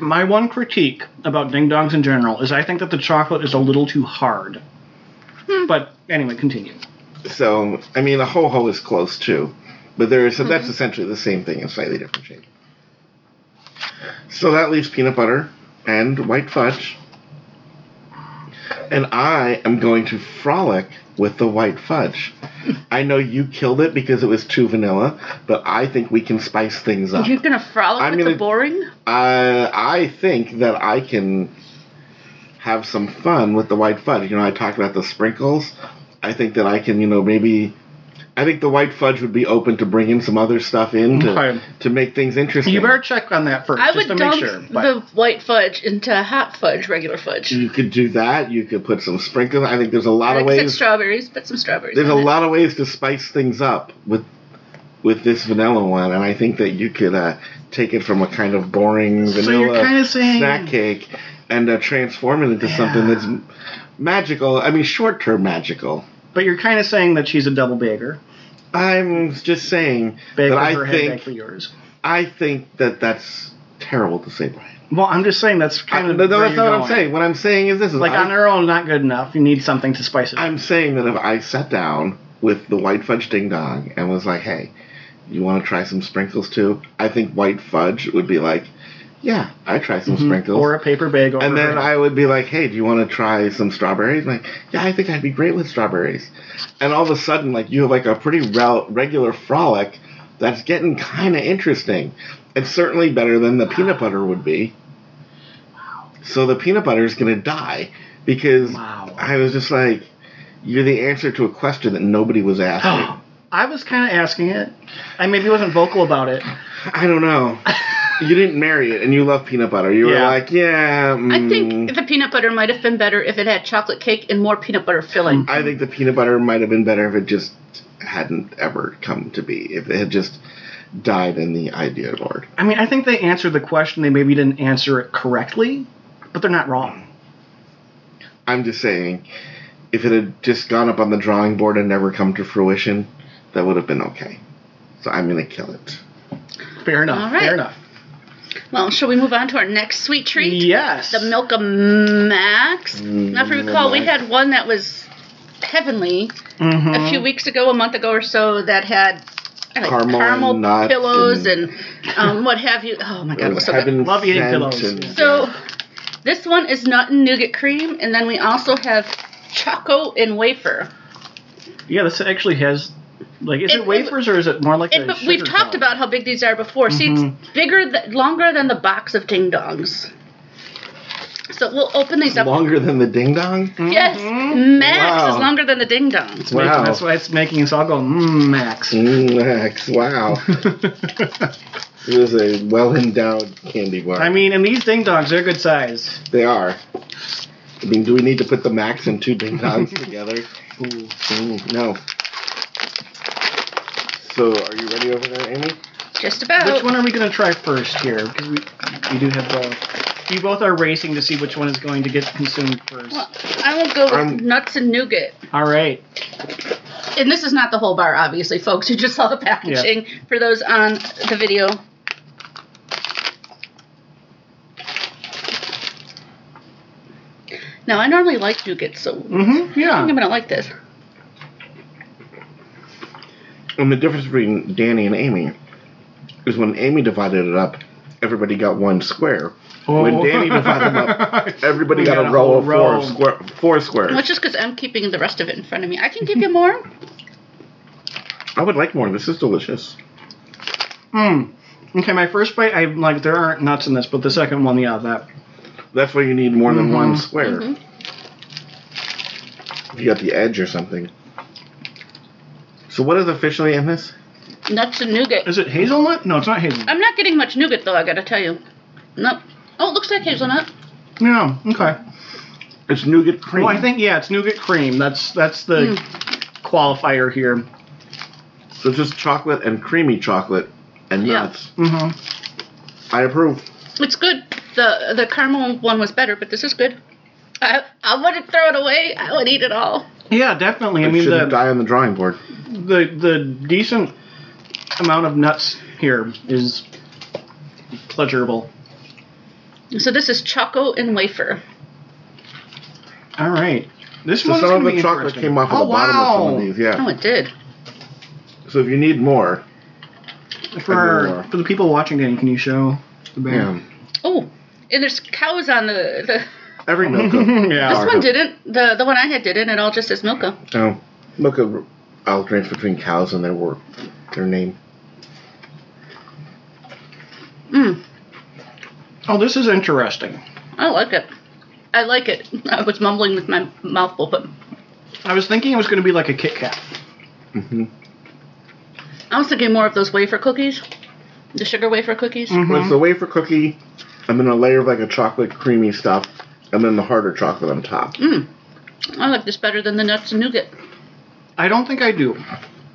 Speaker 3: My one critique about ding dongs in general is I think that the chocolate is a little too hard.
Speaker 1: Hmm.
Speaker 3: But anyway, continue.
Speaker 2: So I mean, a ho ho is close too, but there is so that's essentially the same thing in slightly different shape. So that leaves peanut butter and white fudge, and I am going to frolic with the white fudge. I know you killed it because it was too vanilla, but I think we can spice things up.
Speaker 1: you're gonna frolic
Speaker 2: I'm
Speaker 1: with
Speaker 2: gonna-
Speaker 1: the boring
Speaker 2: I I think that I can have some fun with the white fudge. You know, I talked about the sprinkles. I think that I can, you know, maybe I think the white fudge would be open to bringing some other stuff in to,
Speaker 3: Okay.
Speaker 2: to make things interesting.
Speaker 3: You better check on that first,
Speaker 1: I
Speaker 3: just
Speaker 1: would
Speaker 3: to
Speaker 1: dump
Speaker 3: make sure. But
Speaker 1: the white fudge into hot fudge, regular fudge.
Speaker 2: You could do that. You could put some sprinkles. I think there's a lot
Speaker 1: I
Speaker 2: of
Speaker 1: like said
Speaker 2: ways.
Speaker 1: strawberries, but some strawberries.
Speaker 2: There's a
Speaker 1: on it.
Speaker 2: lot of ways to spice things up with with this vanilla one, and I think that you could uh, take it from a kind of boring
Speaker 3: So
Speaker 2: vanilla
Speaker 3: you're kinda saying-
Speaker 2: snack cake and uh, transform it into something that's m- magical. I mean, short term magical.
Speaker 3: but you're kind of saying that she's a double bagger.
Speaker 2: I'm just saying
Speaker 3: Bag
Speaker 2: that
Speaker 3: for her
Speaker 2: I
Speaker 3: head, bag
Speaker 2: think
Speaker 3: for yours.
Speaker 2: I think that that's terrible to say, Brian.
Speaker 3: Well, I'm just saying that's kind
Speaker 2: I-
Speaker 3: of
Speaker 2: no,
Speaker 3: where
Speaker 2: that's not
Speaker 3: you're
Speaker 2: what I'm
Speaker 3: going.
Speaker 2: saying. What I'm saying is this: is
Speaker 3: Like
Speaker 2: I-
Speaker 3: on her own, not good enough. You need something to spice it. up.
Speaker 2: I'm saying that if I sat down with the white fudge ding dong and was like, hey, you want to try some sprinkles too? I think white fudge would be like, yeah, I try some sprinkles.
Speaker 3: or a paper bag. Over
Speaker 2: and then
Speaker 3: her
Speaker 2: I would be like, hey, do you want to try some strawberries? like, yeah, I think I'd be great with strawberries. And all of a sudden, like, you have like a pretty rel- regular frolic that's getting kind of interesting. It's certainly better than the peanut butter would be. So the peanut butter is going to die because
Speaker 3: Wow.
Speaker 2: I was just like, you're the answer to a question that nobody was asking.
Speaker 3: I was kind of asking it. I maybe wasn't vocal about it.
Speaker 2: I don't know. You didn't marry it, and you love peanut butter. You were
Speaker 3: Yeah.
Speaker 2: like, yeah.
Speaker 1: I
Speaker 2: mm.
Speaker 1: think the peanut butter might have been better if it had chocolate cake and more peanut butter filling.
Speaker 2: I think the peanut butter might have been better if it just hadn't ever come to be. If it had just died in the idea lord.
Speaker 3: I mean, I think they answered the question. They maybe didn't answer it correctly, but they're not wrong.
Speaker 2: I'm just saying, if it had just gone up on the drawing board and never come to fruition, that would have been okay. So I'm gonna kill it.
Speaker 3: Fair enough.
Speaker 1: All right.
Speaker 3: Fair enough.
Speaker 1: Well, shall we move on to our next sweet treat?
Speaker 3: Yes.
Speaker 1: The Milk of Max. Now, if you recall, we
Speaker 2: Max. Uh-huh.
Speaker 1: had one that was heavenly
Speaker 3: Mhm.
Speaker 1: a few weeks ago, a month ago or so, that had like,
Speaker 2: Caramel
Speaker 1: caramel,
Speaker 2: and nuts
Speaker 1: pillows
Speaker 2: and-
Speaker 1: and, um, what have you. Oh my God, it was so good.
Speaker 2: Heaven
Speaker 3: Love eating
Speaker 2: sent
Speaker 3: pillows.
Speaker 2: and-
Speaker 1: So this one is nut and nougat cream, and then we also have choco and wafer.
Speaker 3: Yeah, this actually has. Like, is
Speaker 1: It-
Speaker 3: it,
Speaker 1: it-
Speaker 3: wafers or is it more like?
Speaker 1: And
Speaker 3: a
Speaker 1: but we've
Speaker 3: sugar
Speaker 1: talked
Speaker 3: cone?
Speaker 1: about how big these are before. See,
Speaker 3: Mhm.
Speaker 2: Mm-hmm.
Speaker 1: it's bigger, th- longer than the box of ding dongs. So we'll open these up.
Speaker 2: longer than the ding dong.
Speaker 1: Yes, Max
Speaker 2: Wow.
Speaker 1: is longer than the ding dong.
Speaker 3: Mm-hmm. It's making-
Speaker 2: Wow.
Speaker 3: That's why it's making us all go mm, Max.
Speaker 2: Mm, Max, wow, it was a well endowed candy bar.
Speaker 3: I mean, and these ding dongs, they're good size.
Speaker 2: They are. I mean, do we need to put the max and two ding dongs together? Mm, no. So, are you ready over there, Amy?
Speaker 1: Just about.
Speaker 3: Which one are we going to try first here? Because we, we do have both. You both are racing to see which one is going to get consumed first.
Speaker 1: Well, I will go with
Speaker 2: I'm-
Speaker 1: nuts and nougat.
Speaker 3: All right.
Speaker 1: And this is not the whole bar, obviously, folks. You just saw the packaging for those on the video. Now, I normally like nougat, so I
Speaker 3: Mm-hmm.
Speaker 1: think I'm
Speaker 3: Yeah.
Speaker 1: going to like this.
Speaker 2: And the difference between Danny and Amy is when Amy divided it up, everybody got one square. When Danny divided them up, everybody Oh. got,
Speaker 3: Oh. We got
Speaker 2: a
Speaker 3: a
Speaker 2: roll
Speaker 3: whole
Speaker 2: of
Speaker 3: row.
Speaker 2: four, square, four squares.
Speaker 1: Well, it's just because I'm keeping the rest of it in front of me. I can give you more.
Speaker 2: I would like more. This is delicious.
Speaker 3: Mm. Okay, my first bite, I'm like, there aren't nuts in this, but the second one, yeah, that.
Speaker 2: That's why you need more than one square.
Speaker 1: Mhm.
Speaker 3: Mm-hmm.
Speaker 2: You got the edge or something. So, what is officially in this?
Speaker 1: Nuts and nougat.
Speaker 3: Is it hazelnut? No, it's not hazelnut.
Speaker 1: I'm not getting much nougat, though, I got to tell you. Nope. Oh, it looks like hazelnut.
Speaker 3: Yeah. Okay.
Speaker 2: It's nougat cream.
Speaker 3: Well, I think yeah, it's nougat cream. That's that's the qualifier here.
Speaker 2: So it's just chocolate and creamy chocolate and
Speaker 1: Yeah.
Speaker 2: nuts.
Speaker 3: Mm-hmm.
Speaker 2: I approve.
Speaker 1: It's good. The the caramel one was better, but this is good. I, I wouldn't throw it away. I would eat it all.
Speaker 3: Yeah, definitely. I
Speaker 2: It
Speaker 3: mean,
Speaker 2: shouldn't
Speaker 3: the,
Speaker 2: die on the drawing board.
Speaker 3: the the decent amount of nuts here is pleasurable.
Speaker 1: So this is choco and wafer.
Speaker 3: All right. This
Speaker 2: So
Speaker 3: one's
Speaker 2: some
Speaker 3: gonna
Speaker 2: of the
Speaker 3: be
Speaker 2: chocolate
Speaker 3: interesting.
Speaker 2: came off of
Speaker 3: oh,
Speaker 2: the bottom
Speaker 3: wow.
Speaker 2: of some of these.
Speaker 1: Oh,
Speaker 2: Yeah.
Speaker 1: it did.
Speaker 2: So if you need more,
Speaker 3: For for the people watching, Danny, can you show the bag?
Speaker 2: yeah.
Speaker 1: Oh, and there's cows on the the.
Speaker 2: Every Milka.
Speaker 3: Yeah.
Speaker 1: This
Speaker 2: bar
Speaker 1: one
Speaker 2: has-
Speaker 1: didn't. The the one I had didn't. It all just says Milka.
Speaker 2: Oh, Milka alternates between cows and their work, their name.
Speaker 1: Mm,
Speaker 3: Oh, this is interesting.
Speaker 1: I like it. I like it. I was mumbling with my mouthful, but
Speaker 3: I was thinking it was going to be like a Kit Kat.
Speaker 2: hmm
Speaker 1: I was thinking more of those wafer cookies, the sugar wafer cookies.
Speaker 2: Well, it's the wafer cookie, and then a layer of like a chocolate creamy stuff, and then the harder chocolate on top.
Speaker 1: Mm. I like this better than the nuts and nougat.
Speaker 3: I don't think I do.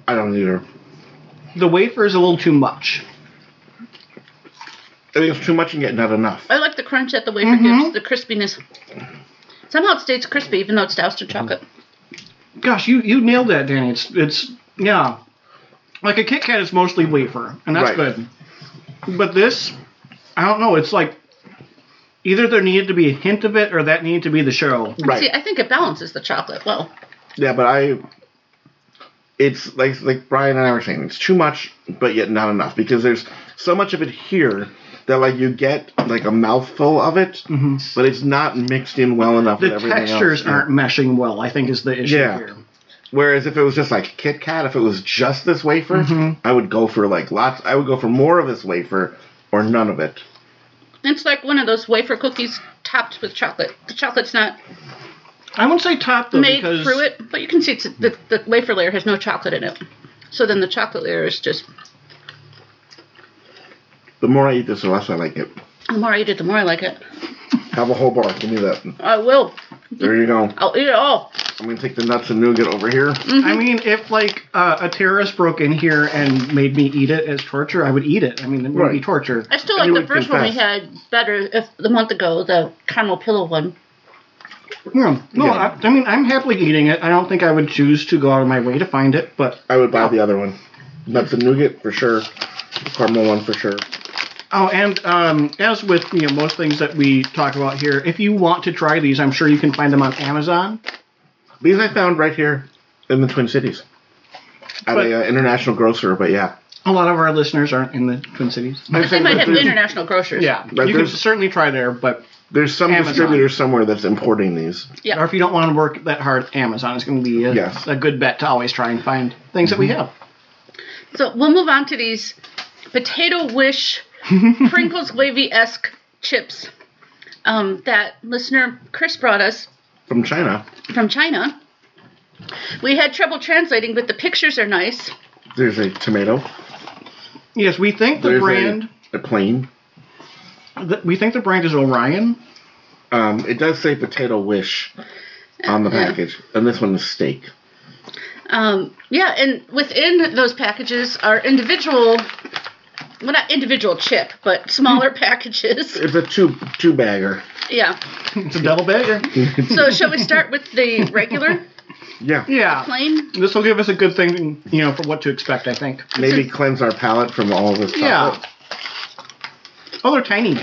Speaker 2: I don't either.
Speaker 3: The wafer is a little too much.
Speaker 2: I think it's too much and yet not enough.
Speaker 1: I like the crunch that the wafer gives, the crispiness. Somehow it stays crispy even though it's doused in chocolate.
Speaker 3: Gosh, you, you nailed that, Danny. It's it's yeah. Like a Kit Kat is mostly wafer, and that's
Speaker 2: Right.
Speaker 3: good. But this, I don't know. It's like either there needed to be a hint of it, or that needed to be the show.
Speaker 2: Right.
Speaker 1: See, I think it balances the chocolate well.
Speaker 2: Yeah, but I. It's like like Brian and I were saying, it's too much, but yet not enough because there's so much of it here that like you get like a mouthful of it, but it's not mixed in well enough with
Speaker 3: The
Speaker 2: everything
Speaker 3: textures
Speaker 2: else.
Speaker 3: aren't meshing well. I think is the issue
Speaker 2: Yeah.
Speaker 3: here.
Speaker 2: Whereas if it was just like Kit Kat, if it was just this wafer, I would go for like lots. I would go for more of this wafer or none of it.
Speaker 1: It's like one of those wafer cookies topped with chocolate. The chocolate's not
Speaker 3: I won't say top though
Speaker 1: made
Speaker 3: because
Speaker 1: through it, but you can see it's, the, the wafer layer has no chocolate in it. So then the chocolate layer is just,
Speaker 2: The more I eat this, the less I like it.
Speaker 1: the more I eat it, the more I like it.
Speaker 2: Have a whole bar. Give me that.
Speaker 1: I will.
Speaker 2: There you go.
Speaker 1: I'll eat it all.
Speaker 2: I'm gonna take the nuts and nougat over here.
Speaker 3: I
Speaker 1: Mm-hmm.
Speaker 3: mean, if like uh, a terrorist broke in here and made me eat it as torture, I would eat it. I mean, it would be
Speaker 2: Right.
Speaker 3: torture.
Speaker 1: I still
Speaker 2: And
Speaker 1: like
Speaker 2: you
Speaker 1: the
Speaker 2: would
Speaker 1: first one we
Speaker 2: confess.
Speaker 1: had better if the month ago, the caramel pillow one.
Speaker 3: Yeah. No,
Speaker 2: Yeah.
Speaker 3: I, I mean, I'm happily eating it. I don't think I would choose to go out of my way to find it, but
Speaker 2: I would buy the other one. Nuts and nougat for sure. Caramel one for sure.
Speaker 3: oh, and um, as with you know most things that we talk about here, if you want to try these, I'm sure you can find them on Amazon.
Speaker 2: These I found right here in the Twin Cities at
Speaker 3: But-
Speaker 2: a uh, international grocer. But yeah,
Speaker 3: A lot of our listeners aren't in the Twin Cities.
Speaker 2: I'd
Speaker 1: They
Speaker 2: say
Speaker 1: might
Speaker 2: that
Speaker 1: have
Speaker 2: there's,
Speaker 1: international grocers.
Speaker 3: Yeah,
Speaker 2: But
Speaker 3: you can
Speaker 2: there's-
Speaker 3: certainly try there, but
Speaker 2: there's some
Speaker 3: Amazon.
Speaker 2: distributor somewhere that's importing these.
Speaker 1: Yeah.
Speaker 3: or if you don't want to work that hard, Amazon is going to be a,
Speaker 2: Yes.
Speaker 3: a good bet to always try and find things that we
Speaker 2: Mm-hmm.
Speaker 3: have.
Speaker 1: So we'll move on to these potato wish Pringles gravy esque chips um, that listener Chris brought us
Speaker 2: From China,
Speaker 1: from China. We had trouble translating, but the pictures are nice.
Speaker 2: there's a tomato.
Speaker 3: Yes, we think the
Speaker 2: There's
Speaker 3: brand.
Speaker 2: a, a plain.
Speaker 3: th- we think the brand is Orion.
Speaker 2: Um, it does say potato wish on the package, and this one is steak.
Speaker 1: Um, yeah, and within those packages are individual, well, not individual chip, but smaller packages.
Speaker 2: It's a two two bagger.
Speaker 1: Yeah.
Speaker 3: It's a double bagger.
Speaker 1: So shall we start with the regular
Speaker 2: Yeah.
Speaker 3: Yeah.
Speaker 1: plain?
Speaker 3: This will give us a good thing, you know, for what to expect, I think.
Speaker 2: Maybe cleanse our palate from all this.
Speaker 3: Yeah.
Speaker 2: chocolate.
Speaker 3: Oh, they're tiny.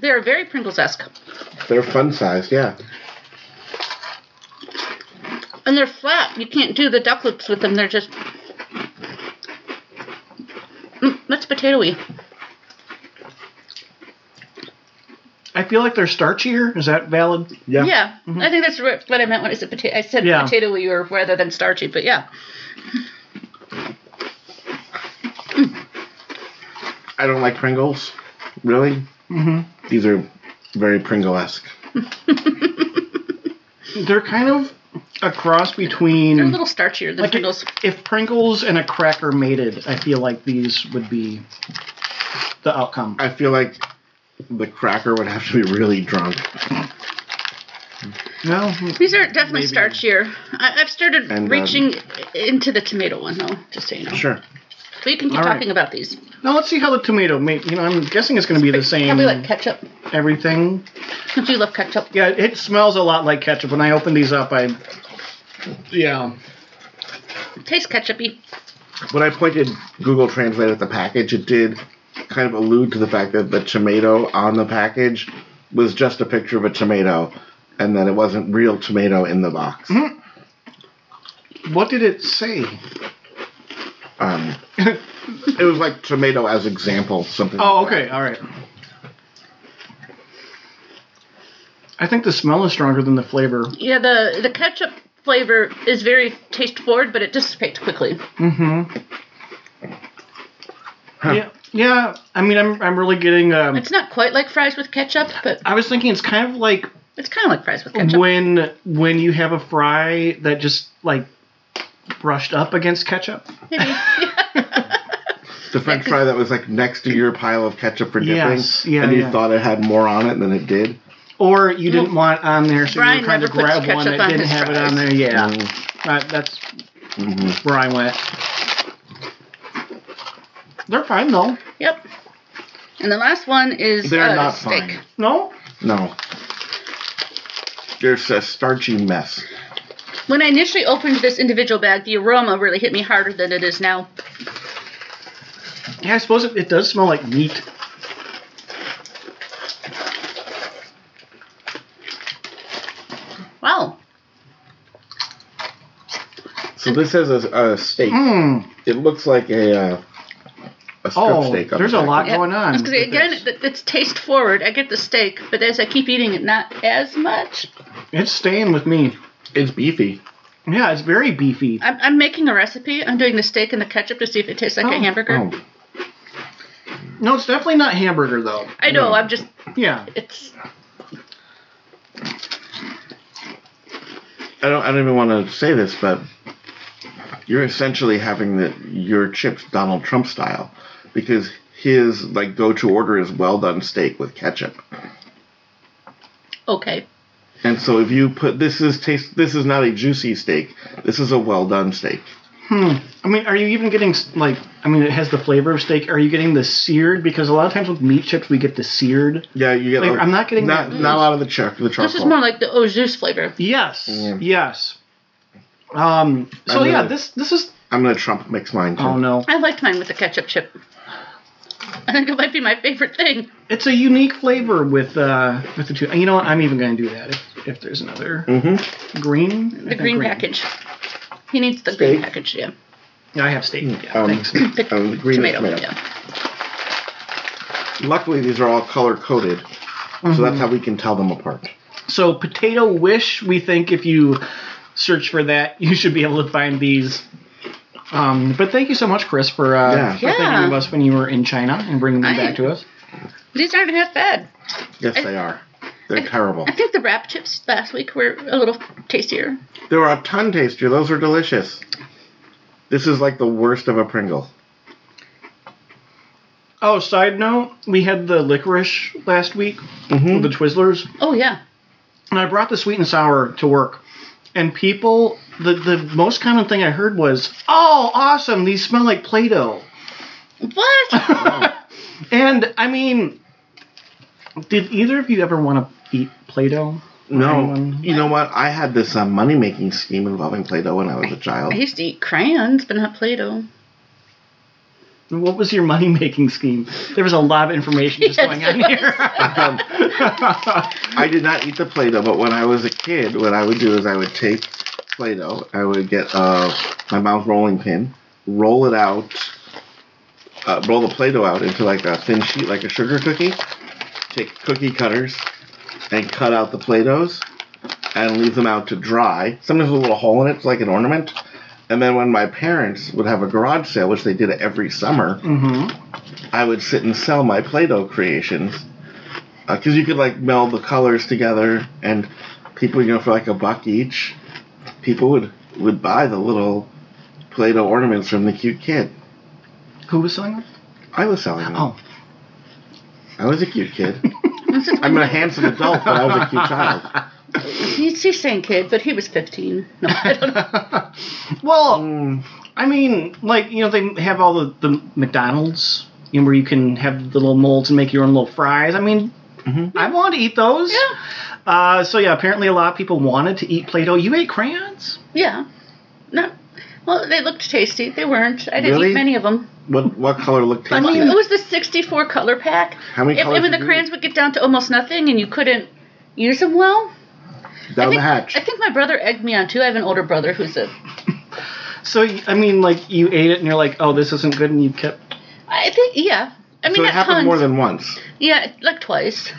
Speaker 1: They are very Pringles esque,
Speaker 2: They're fun sized. Yeah.
Speaker 1: and they're flat. You can't do the duck loops with them. They're just mm, that's potatoy.
Speaker 3: I feel like they're starchier. Is that valid?
Speaker 2: Yeah.
Speaker 1: Yeah, I think that's what what I meant when I said potato. I said
Speaker 3: Mm-hmm. Yeah.
Speaker 1: potato or rather than starchy, but yeah.
Speaker 2: I don't like Pringles. Really? Mm-hmm. These are very Pringle-esque.
Speaker 3: They're kind of a cross
Speaker 1: They're a
Speaker 3: between
Speaker 1: little starchier than
Speaker 3: Mm. like
Speaker 1: Pringles.
Speaker 3: If Pringles and a cracker mated, I feel like these would be the outcome.
Speaker 2: I feel like the cracker would have to be really drunk.
Speaker 3: No,
Speaker 1: These are definitely starchier. I, I've started
Speaker 2: And, um,
Speaker 1: reaching into the tomato one though, just so you know.
Speaker 2: Sure.
Speaker 1: But you can keep
Speaker 3: All right.
Speaker 1: talking about these.
Speaker 3: now let's see how the tomato. May, you know, I'm guessing it's going to be the same.
Speaker 1: Probably like ketchup.
Speaker 3: everything.
Speaker 1: Do you love ketchup?
Speaker 3: Yeah, it smells a lot like ketchup. When I opened these up, I yeah.
Speaker 1: Tastes ketchupy.
Speaker 2: When I pointed Google Translate at the package, it did kind of allude to the fact that the tomato on the package was just a picture of a tomato and that it wasn't real tomato in the box.
Speaker 3: Mm-hmm. What did it say?
Speaker 2: Um, it was like tomato as example, something.
Speaker 3: Oh, okay, all right. I think the smell is stronger than the flavor.
Speaker 1: Yeah, the the ketchup flavor is very taste forward, but it dissipates quickly.
Speaker 3: Hmm. Yeah, yeah. I mean, I'm I'm really getting. Um,
Speaker 1: It's not quite like fries with ketchup, but
Speaker 3: I was thinking it's kind of like
Speaker 1: it's kind of like fries with ketchup.
Speaker 3: when when you have a fry that just like brushed up against ketchup.
Speaker 1: Maybe.
Speaker 2: The French fry that was like next to your pile of ketchup for dipping,
Speaker 3: Yes, yeah,
Speaker 2: and you
Speaker 3: yeah.
Speaker 2: thought it had more on it than it did.
Speaker 3: Or you didn't want on there, so you
Speaker 1: Mm. Brian
Speaker 3: were trying
Speaker 1: never
Speaker 3: to
Speaker 1: puts
Speaker 3: grab one
Speaker 1: ketchup
Speaker 3: that
Speaker 1: on
Speaker 3: didn't
Speaker 1: his
Speaker 3: have it
Speaker 1: fries.
Speaker 3: on there. Yeah,
Speaker 2: Mm,
Speaker 3: Uh, that's
Speaker 2: mhm.
Speaker 3: where I went. They're fine though.
Speaker 1: Yep. And the last one is
Speaker 2: They're
Speaker 1: uh,
Speaker 2: not
Speaker 1: steak.
Speaker 2: fine.
Speaker 3: No,
Speaker 2: No, there's a starchy mess.
Speaker 1: When I initially opened this individual bag, the aroma really hit me harder than it is now.
Speaker 3: yeah, I suppose it, it does smell like meat.
Speaker 1: Wow.
Speaker 2: So this has a, a steak.
Speaker 3: Mm.
Speaker 2: It looks like a uh, a strip
Speaker 3: Oh,
Speaker 2: steak. on
Speaker 3: there's
Speaker 2: the
Speaker 3: a
Speaker 2: back.
Speaker 3: lot going on.
Speaker 1: Because
Speaker 3: with
Speaker 1: again,
Speaker 3: this.
Speaker 1: it, it's taste forward. I get the steak, but as I keep eating it, not as much.
Speaker 3: it's staying with me.
Speaker 2: It's beefy.
Speaker 3: Yeah, it's very beefy.
Speaker 1: I'm, I'm making a recipe. I'm doing the steak and the ketchup to see if it tastes like a
Speaker 3: Oh,
Speaker 1: hamburger.
Speaker 2: Oh,
Speaker 3: No, it's definitely not hamburger though.
Speaker 1: I know.
Speaker 2: no.
Speaker 1: I'm just.
Speaker 3: Yeah,
Speaker 1: It's.
Speaker 2: I don't. I don't even want to say this, but you're essentially having the your chips Donald Trump style, because his like go-to order is well done steak with ketchup.
Speaker 1: Okay.
Speaker 2: And so if you put this is taste this is not a juicy steak. This is a well done steak.
Speaker 3: I mean, are you even getting s- like? I mean, it has the flavor of steak. Are you getting the seared? Because a lot of times with meat chips, we get the seared.
Speaker 2: Yeah, you get.
Speaker 3: Wait,
Speaker 2: like-
Speaker 3: I'm not getting
Speaker 2: not
Speaker 3: that.
Speaker 2: not a lot of the char- the charcoal.
Speaker 1: This is more like the au jus flavor.
Speaker 3: Yes,
Speaker 2: Yeah.
Speaker 3: yes. Um. So
Speaker 2: I'm
Speaker 3: yeah,
Speaker 2: gonna-
Speaker 3: this this is.
Speaker 2: I'm gonna Trump mix mine too.
Speaker 3: Oh no,
Speaker 1: I liked mine with the ketchup chip. I think it might be my favorite thing.
Speaker 3: it's a unique flavor with uh with the two. You know what? I'm even going to do that if, if there's another
Speaker 2: Mm-hmm.
Speaker 3: green. I
Speaker 1: The
Speaker 3: think
Speaker 1: green, package. He needs the
Speaker 2: Steak.
Speaker 1: green package, yeah.
Speaker 3: Yeah, I have steak. Yeah,
Speaker 2: Um,
Speaker 3: thanks.
Speaker 1: The
Speaker 2: Um, the green
Speaker 1: tomato,
Speaker 2: tomato.
Speaker 1: yeah.
Speaker 2: Luckily, these are all color coded, so that's
Speaker 3: Mhm.
Speaker 2: how we can tell them apart.
Speaker 3: So, Potato Wish, we think if you search for that, you should be able to find these. Um, but thank you so much, Chris, for, uh,
Speaker 2: Yeah.
Speaker 3: for thinking of
Speaker 1: Yeah.
Speaker 3: us when you were in China and bringing them
Speaker 1: I-
Speaker 3: back to us.
Speaker 1: These aren't half bad.
Speaker 2: Yes, they are. They're terrible.
Speaker 1: I think the wrap chips last week were a little tastier.
Speaker 2: They were a ton tastier. Those are delicious. This is like the worst of a Pringle.
Speaker 3: Oh, side note, we had the licorice last week,
Speaker 2: Mhm.
Speaker 3: the Twizzlers,
Speaker 1: Oh, yeah.
Speaker 3: and I brought the sweet and sour to work. And people, the, the most common thing I heard was, oh, awesome, these smell like Play Doh.
Speaker 1: What?
Speaker 3: And I mean, did either of you ever want to eat Play Doh?
Speaker 2: No,
Speaker 3: Anyone?
Speaker 2: you know what? I had this uh, money making scheme involving Play Doh when I was a child.
Speaker 1: I used to eat crayons, but not Play Doh.
Speaker 3: What was your money making scheme? There was a lot of information just
Speaker 1: Yes,
Speaker 3: going on
Speaker 1: there
Speaker 3: here.
Speaker 2: Um, I did not eat the Play Doh, but when I was a kid, what I would do is I would take Play Doh, I would get uh, my mom's rolling pin, roll it out, uh, roll the Play Doh out into like a thin sheet, like a sugar cookie, take cookie cutters, and cut out the Play Dohs, and leave them out to dry. Sometimes with a little hole in it, it's like an ornament. And then when my parents would have a garage sale, which they did every summer,
Speaker 3: Mhm.
Speaker 2: I would sit and sell my Play-Doh creations because you could like meld the colors together, and people, you know, for like a buck each, people would would buy the little Play-Doh ornaments from the cute kid.
Speaker 3: Who was selling them?
Speaker 2: I was selling them.
Speaker 3: Oh,
Speaker 2: I was a cute kid. I'm a handsome adult, but I was a cute child.
Speaker 1: He's, he's saying kid, but he was 15. No, I don't know.
Speaker 3: well,
Speaker 2: Mm,
Speaker 3: I mean, like you know, they have all the, the McDonald's you know, where you can have the little molds and make your own little fries. I mean,
Speaker 2: Mhm.
Speaker 3: I want to eat those.
Speaker 1: Yeah.
Speaker 3: Uh, so yeah, apparently a lot of people wanted to eat Play-Doh. You ate crayons?
Speaker 1: Yeah. No. Well, they looked tasty. They weren't. I didn't
Speaker 2: Really?
Speaker 1: eat many of them.
Speaker 2: what what color looked
Speaker 1: I
Speaker 2: tasty?
Speaker 1: mean, it was the 64 color pack.
Speaker 2: How many
Speaker 1: If,
Speaker 2: colors?
Speaker 1: even the
Speaker 2: did you
Speaker 1: crayons would get down to almost nothing and you couldn't use them well.
Speaker 2: eat? down
Speaker 1: I think,
Speaker 2: the hatch.
Speaker 1: I think my brother egged me on too. I have an older brother who's a.
Speaker 3: So I mean, like you ate it and you're like, oh, this isn't good, and you kept
Speaker 1: I think, yeah. I mean,
Speaker 2: so it
Speaker 1: not
Speaker 2: happened
Speaker 1: tons.
Speaker 2: more than once.
Speaker 1: Yeah, like twice.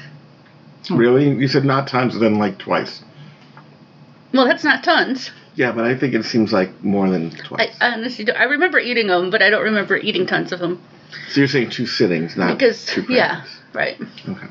Speaker 2: Really? You said not times, then like twice.
Speaker 1: Well, that's not tons.
Speaker 2: Yeah, but I think it seems like more than
Speaker 1: I
Speaker 2: twice.
Speaker 1: I honestly don't. I remember eating them, but I don't remember eating tons of them.
Speaker 2: So you're saying two sittings, not
Speaker 1: Because,
Speaker 2: Ah, two
Speaker 1: yeah,
Speaker 2: cranberries.
Speaker 1: right.
Speaker 2: Okay.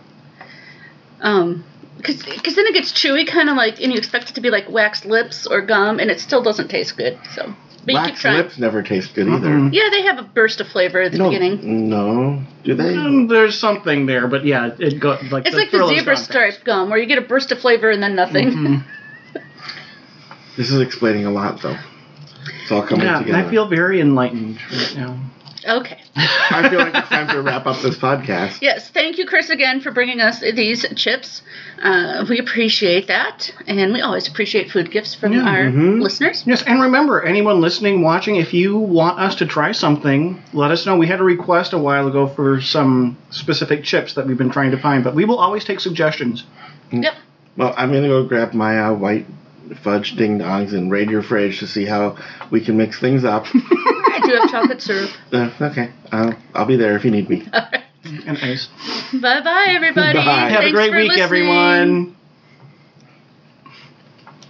Speaker 1: Um, because then it gets chewy, kind of like, and you expect it to be like wax lips or gum, and it still doesn't taste good. So But you
Speaker 2: Black
Speaker 1: keep trying.
Speaker 2: lips never taste good either.
Speaker 3: Mm-mm.
Speaker 1: Yeah, they have a burst of flavor at the
Speaker 2: No,
Speaker 1: beginning.
Speaker 2: no, do they?
Speaker 3: Mm, there's something there, but yeah, it got like
Speaker 1: It's like the
Speaker 3: thrill is
Speaker 1: zebra
Speaker 3: gone fast.
Speaker 1: stripe gum, where you get a burst of flavor and then nothing.
Speaker 2: Mm-hmm.
Speaker 3: Mhm.
Speaker 2: This is explaining a lot, though. It's all coming
Speaker 3: Yeah,
Speaker 2: together.
Speaker 3: I feel very enlightened right now.
Speaker 1: Okay.
Speaker 2: I feel like it's time to wrap up this podcast.
Speaker 1: Yes, thank you, Chris, again for bringing us these chips. Uh, we appreciate that, and we always appreciate food gifts from
Speaker 3: Yeah,
Speaker 1: our
Speaker 2: mhm.
Speaker 1: listeners.
Speaker 3: Yes, and remember, anyone listening, watching, if you want us to try something, let us know. We had a request a while ago for some specific chips that we've been trying to find, but we will always take suggestions.
Speaker 1: Yep.
Speaker 2: Well, I'm gonna go grab my uh, white fudge ding dongs and raid your fridge to see how we can mix things up.
Speaker 1: I do have chocolate syrup.
Speaker 2: Uh, okay, I'll, I'll be there if you need me.
Speaker 3: And ice.
Speaker 1: Bye bye, everybody.
Speaker 2: Bye. Have
Speaker 3: Have
Speaker 1: Thanks
Speaker 3: a great
Speaker 1: for
Speaker 3: week,
Speaker 1: listening.
Speaker 3: everyone.